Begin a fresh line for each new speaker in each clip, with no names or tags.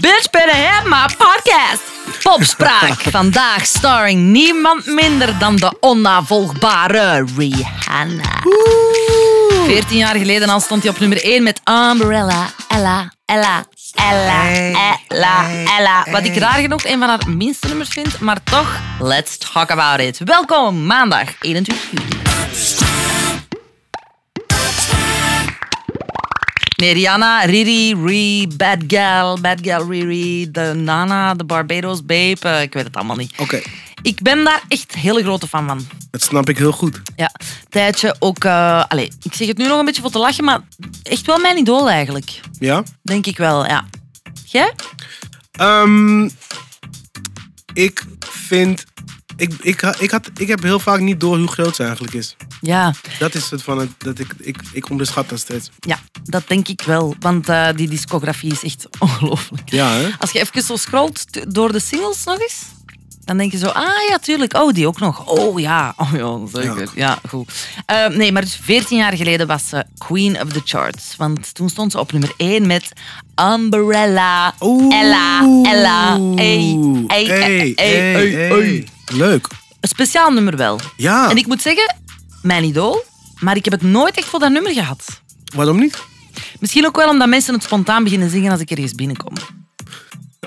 Thuis bij de Hemma podcast. Popspraak. Vandaag starring niemand minder dan de onnavolgbare Rihanna. 14 jaar geleden al stond hij op nummer 1 met Umbrella, Ella, Ella, Ella, Ella, Ella. Wat ik raar genoeg een van haar minste nummers vind, maar toch, let's talk about it. Welkom, maandag 21 juli. Nee, Rihanna, Riri, Ri, Bad Gal, Bad Gal, Riri, de Nana, de Barbados Babe, eh, ik weet het allemaal niet.
Oké,
Ik ben daar echt hele grote fan van.
dat snap ik heel goed.
Ja, tijdje ook. eh allee, ik zeg het nu nog een beetje voor te lachen, maar echt wel mijn idool eigenlijk.
Ja?
Denk ik wel, ja. Jij?
Ehm, ik vind... Ik, ik, ha- ik, had, ik heb heel vaak niet door hoe groot ze eigenlijk is.
Ja,
Dat is het van het... Dat ik, ik, ik onderschat dat steeds.
ja, dat denk ik wel. Want eh, die discografie is echt ongelooflijk.
Ja, hè?
Als je even zo scrolt t- door de singles nog eens, dan denk je zo, ah ja, tuurlijk, oh, die ook nog. Oh ja, oh ja, zeker. Ja, goed. Eh, nee, maar dus 14 jaar geleden was ze Queen of the Charts. Want toen stond ze op nummer 1 met Umbrella,
Oeh.
Ella, Ella, ey, ey, ey, ey, ey, ey.
Leuk.
Een speciaal nummer wel.
Ja.
En ik moet zeggen, mijn idool, maar ik heb het nooit echt voor dat nummer gehad.
Waarom niet?
Misschien ook wel omdat mensen het spontaan beginnen zingen als ik ergens binnenkom.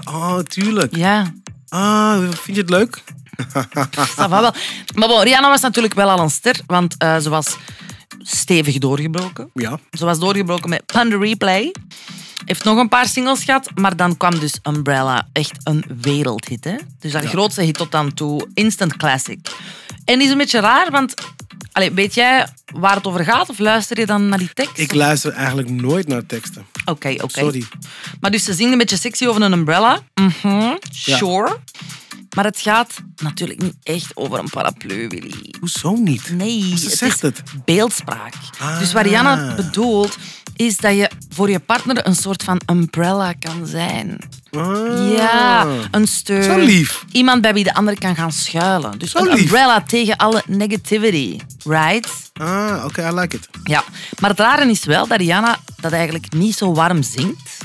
Oh, tuurlijk.
Ja,
Ah, vind je het leuk?
Ça va wel. Maar bon, Rihanna was natuurlijk wel al een ster, want eh, ze was stevig doorgebroken.
Ja.
Ze was doorgebroken met Pun the Replay. Heeft nog een paar singles gehad, maar dan kwam dus Umbrella. Echt een wereldhit, hè? Dus haar grootste hit tot dan toe. Instant classic. En die is een beetje raar, want... Allee, weet jij waar het over gaat of luister je dan naar die tekst?
Ik luister eigenlijk nooit naar teksten.
Oké, oké.
Sorry.
Maar dus ze zingt een beetje sexy over een umbrella. Mhm, Sure. Maar het gaat natuurlijk niet echt over een paraplu, Willy.
Hoezo niet?
Nee,
ze zegt Ah.
is beeldspraak. Dus wat Rihanna bedoelt, is dat je voor je partner een soort van umbrella kan zijn.
Ah.
Ja, een steun.
Zo lief.
Iemand bij wie de ander kan gaan schuilen. Dus
Zo
een
lief.
umbrella tegen alle negativity. Right?
Ah, oké, I like it.
Ja. Maar het rare is wel dat Rihanna dat eigenlijk niet zo warm zingt.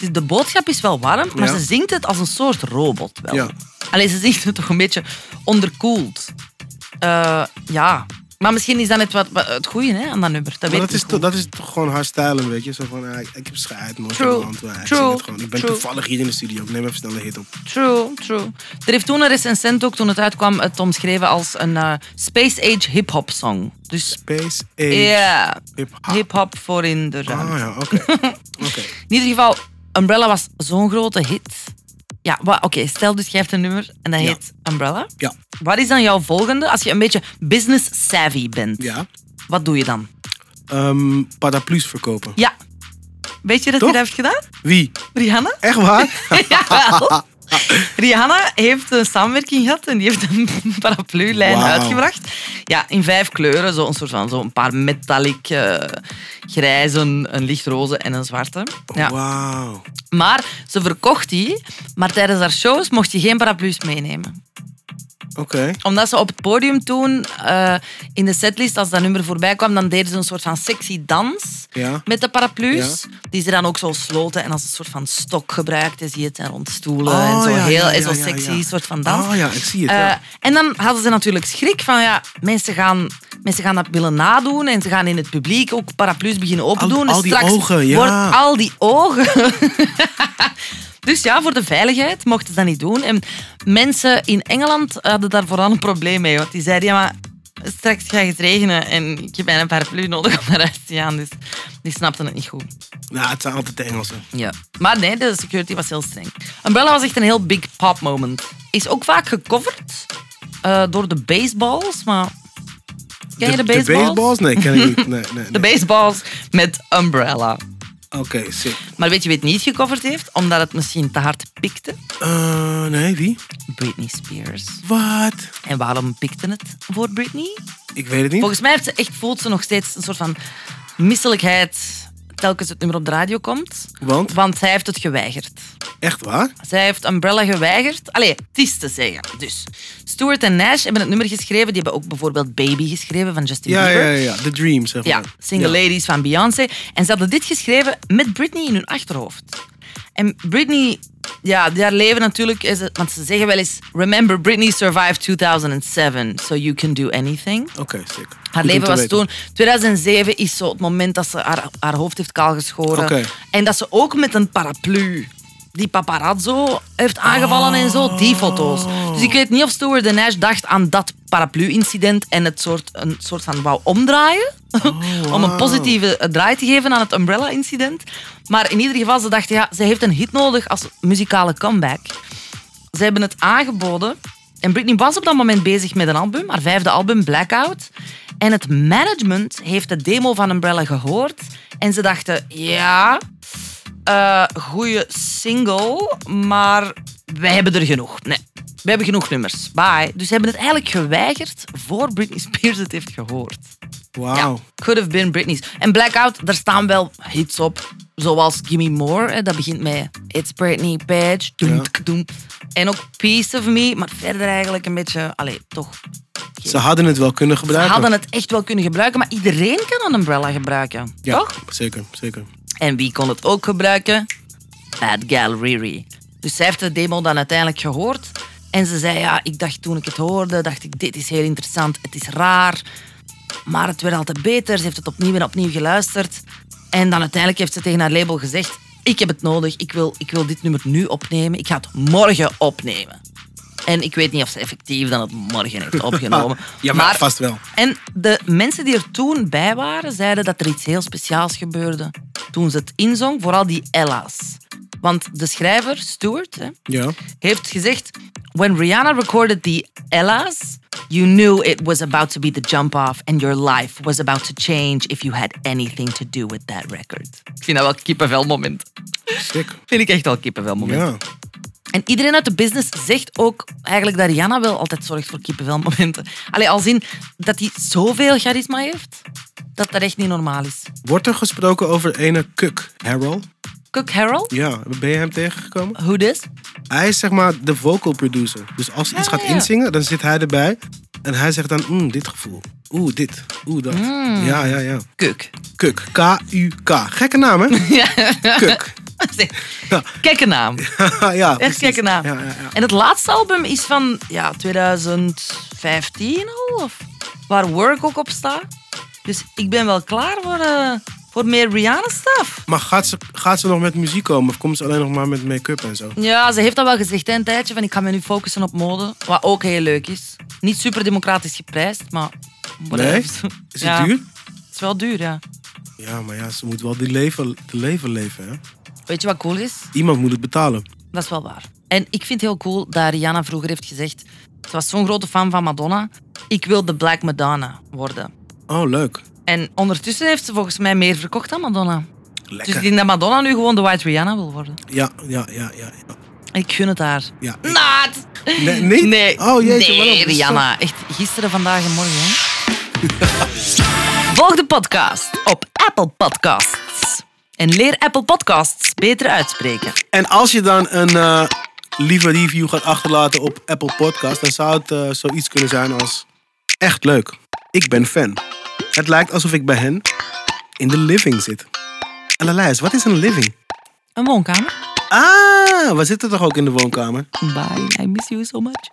Dus De boodschap is wel warm, maar
Ja.
ze zingt het als een soort robot wel.
Ja.
Alleen ze zingt het toch een beetje onderkoeld. Eh, ja. Maar misschien is dat net wat, wat- het goede hè, aan dat nummer. Dat
Maar
weet
dat
ik
is,
niet
toch-
goed.
dat is toch gewoon haar stijl een beetje. Zo van, ah, ik, ik heb scheid, nooit
True.
aan de hand. maar Ik,
True.
zing het gewoon. ik ben
True.
toevallig hier in de studio. Ik neem even snel een hit op.
True, true. Er heeft toen een recensent ook, toen het uitkwam, het omschreven als een eh, Space Age hip-hop song. Dus
Space Age
ja,
Hip Hop.
hip-hop voor in de ruimte.
Ah ja, oké. Oké.
In ieder geval, Umbrella was zo'n grote hit. Ja, wa- oké, stel dus je hebt een nummer en dat
Ja.
heet Umbrella.
Ja.
Wat is dan jouw volgende? Als je een beetje business savvy bent,
Ja.
wat doe je dan?
Ehm, paraplu's verkopen.
Ja. Weet je dat
Toch?
hij dat heeft gedaan?
Wie?
Rihanna?
Echt waar?
Jawel. Rihanna heeft een samenwerking gehad en die heeft een paraplu-lijn
Wauw.
uitgebracht. Ja, in vijf kleuren. Zo'n soort van zo'n paar metallic eh, grijzen, een lichtroze en een zwarte. Ja.
Wauw.
Maar ze verkocht die, maar tijdens haar shows mocht je geen paraplu's meenemen.
Oké.
Omdat ze op het podium toen, eh, in de setlist, als dat nummer voorbij kwam, dan deden ze een soort van sexy dans
Ja.
met de paraplu's. Die ze dan ook zo sloten en als een soort van stok gebruikten. Zie je het, en rond stoelen en
Oh,
zo
ja,
heel
ja,
en zo
ja, ja,
sexy
ja.
soort van dans.
Oh ja, ik zie het. ja.
Eh, en dan hadden ze natuurlijk schrik van, ja, mensen gaan, mensen gaan dat willen nadoen en ze gaan in het publiek ook paraplu's beginnen opendoen.
Al-
Dus
al die
straks
ogen, ja.
wordt al die ogen. dus ja, voor de veiligheid mochten ze dat niet doen. En mensen in Engeland hadden daar vooral een probleem mee, want die zeiden, ja, maar straks gaat het regenen en ik heb een paraplu nodig om eruit te gaan. Dus die snapten het niet goed.
Nou, het zijn altijd de Engelsen.
Ja. Maar nee, de security was heel streng. Umbrella was echt een heel big pop moment. Is ook vaak gecoverd eh, door de baseballs, maar... Ken je de,
De
baseballs?
baseballs? Nee, ken ik niet. Nee, nee, nee.
De baseballs met Umbrella.
Oké, sick.
Maar weet je wie het niet gecoverd heeft? Omdat het misschien te hard pikte?
Eh, nee, wie?
Britney Spears.
Wat?
En waarom pikte het voor Britney?
Ik weet het niet.
Volgens mij heeft ze echt, voelt ze nog steeds een soort van misselijkheid telkens het nummer op de radio komt.
Want?
Want hij heeft het geweigerd.
Echt waar?
Zij heeft Umbrella geweigerd. Allee, het is te zeggen. Dus Stuart en Nash hebben het nummer geschreven. Die hebben ook bijvoorbeeld Baby geschreven van Justin
Ja, ja,
Bieber.
ja. ja. The Dream, zeg maar.
Ja, Single Ladies van Beyoncé. En ze hadden dit geschreven met Britney in hun achterhoofd. En Britney, ja, haar leven natuurlijk is het, want ze zeggen wel eens: Remember, Britney survived 2007, so you can do anything.
Oké, sick. Goed
Haar
om
leven
te
was
weten.
toen. 2007 is zo het moment dat ze haar, haar hoofd heeft kaalgeschoren.
Oké.
En dat ze ook met een paraplu die paparazzo heeft aangevallen en zo,
Oh.
die foto's. Dus ik weet niet of Stuart de Nash dacht aan dat paraplu-incident en het soort, een soort van wou omdraaien. Om een
Oh, wauw.
positieve eh, draai te geven aan het umbrella-incident. Maar in ieder geval, ze dachten, ja, ze heeft een hit nodig als muzikale comeback. Ze hebben het aangeboden. En Britney was op dat moment bezig met een album, haar vijfde album, Blackout. En het management heeft de demo van Umbrella gehoord. En ze dachten, ja, eh goede single, maar wij hebben er genoeg. Nee, we hebben genoeg nummers. Bye. Dus ze hebben het eigenlijk geweigerd voor Britney Spears het heeft gehoord.
Wauw.
Could have been Britney's. En Blackout, daar staan wel hits op. Zoals Gimme More, hè, dat begint met It's Britney, bitch. Doem,
Ja.
tk, doem. En ook Piece of Me, maar verder eigenlijk een beetje... Allee, toch.
Ze hadden het wel kunnen
Ze
gebruiken.
hadden het echt wel kunnen gebruiken, maar iedereen kan een umbrella gebruiken.
ja,
Toch?
Zeker, zeker.
En wie kon het ook gebruiken? Bad Gal Riri. Dus zij heeft de demo dan uiteindelijk gehoord. En ze zei, ja, ik dacht toen ik het hoorde, dacht ik, dit is heel interessant, het is raar. Maar het werd altijd beter, ze heeft het opnieuw en opnieuw geluisterd. En dan uiteindelijk heeft ze tegen haar label gezegd, ik heb het nodig, ik wil, ik wil dit nummer nu opnemen, ik ga het morgen opnemen. En ik weet niet of ze effectief dan het morgen heeft opgenomen.
Ja, maar vast wel.
En de mensen die er toen bij waren, zeiden dat er iets heel speciaals gebeurde toen ze het inzong, vooral die Ella's. Want de schrijver, Stuart, hè,
Ja.
heeft gezegd... When Rihanna recorded the Ella's, you knew it was about to be the jump-off and your life was about to change if you had anything to do with that record. Ik vind dat wel kippenvelmoment.
Sick.
Vind ik echt wel kippenvelmoment.
Ja.
En iedereen uit de business zegt ook eigenlijk dat Rihanna wel altijd zorgt voor kippenvelmomenten. Allee, al zien dat hij zoveel charisma heeft, dat dat echt niet normaal is.
Wordt er gesproken over ene Kuk, Harold?
Cook Harold,
Ja, ben je hem tegengekomen?
who this?
Hij is zeg maar de vocal producer. Dus als hij iets gaat
Ah, ja.
inzingen, dan zit hij erbij. En hij zegt dan, mm, dit gevoel. Oeh, dit. Oeh, dat.
Hmm.
Ja, ja, ja.
Cook.
Kuk. K-U-K. Gekke naam, hè? Kuk. Ja.
Kijk een naam.
ja,
Echt
precies.
kijk een naam.
Ja, ja, ja.
En het laatste album is van ja, 2015 al, of waar Work ook op staat. Dus ik ben wel klaar voor, eh, voor meer Rihanna-stuff.
Maar gaat ze, gaat ze nog met muziek komen? Of komt ze alleen nog maar met make-up en zo?
Ja, ze heeft dat wel gezegd hè, een tijdje. Van ik ga me nu focussen op mode. Wat ook heel leuk is. Niet super democratisch geprijsd, maar. whatever.
Nee? Is het
Ja,
duur?
Het is wel duur, ja.
Ja, maar ja, ze moet wel die leven, de leven leven, hè?
Weet je wat cool is?
Iemand moet het betalen.
Dat is wel waar. En ik vind het heel cool dat Rihanna vroeger heeft gezegd. Ze was zo'n grote fan van Madonna. Ik wil de Black Madonna worden.
Oh, leuk.
En ondertussen heeft ze volgens mij meer verkocht dan Madonna. Dus ik
Lekker.
denk dat Madonna nu gewoon de White Rihanna wil worden.
Ja, ja, ja, ja. ja.
Ik gun het haar.
ja.
Naad!
Nee, niet?
Nee,
Oh, jeetje, wat
nee
een-
Rihanna. Echt gisteren, vandaag en morgen. Hè? Volg de podcast op Apple Podcasts. En leer Apple Podcasts beter uitspreken.
En als je dan een eh, lieve review gaat achterlaten op Apple Podcast, dan zou het eh, zoiets kunnen zijn als echt leuk. Ik ben fan. Het lijkt alsof ik bij hen in de living zit. En Lalais, wat is een living?
Een woonkamer.
Ah, we zitten toch ook in de woonkamer?
Bye, I miss you so much.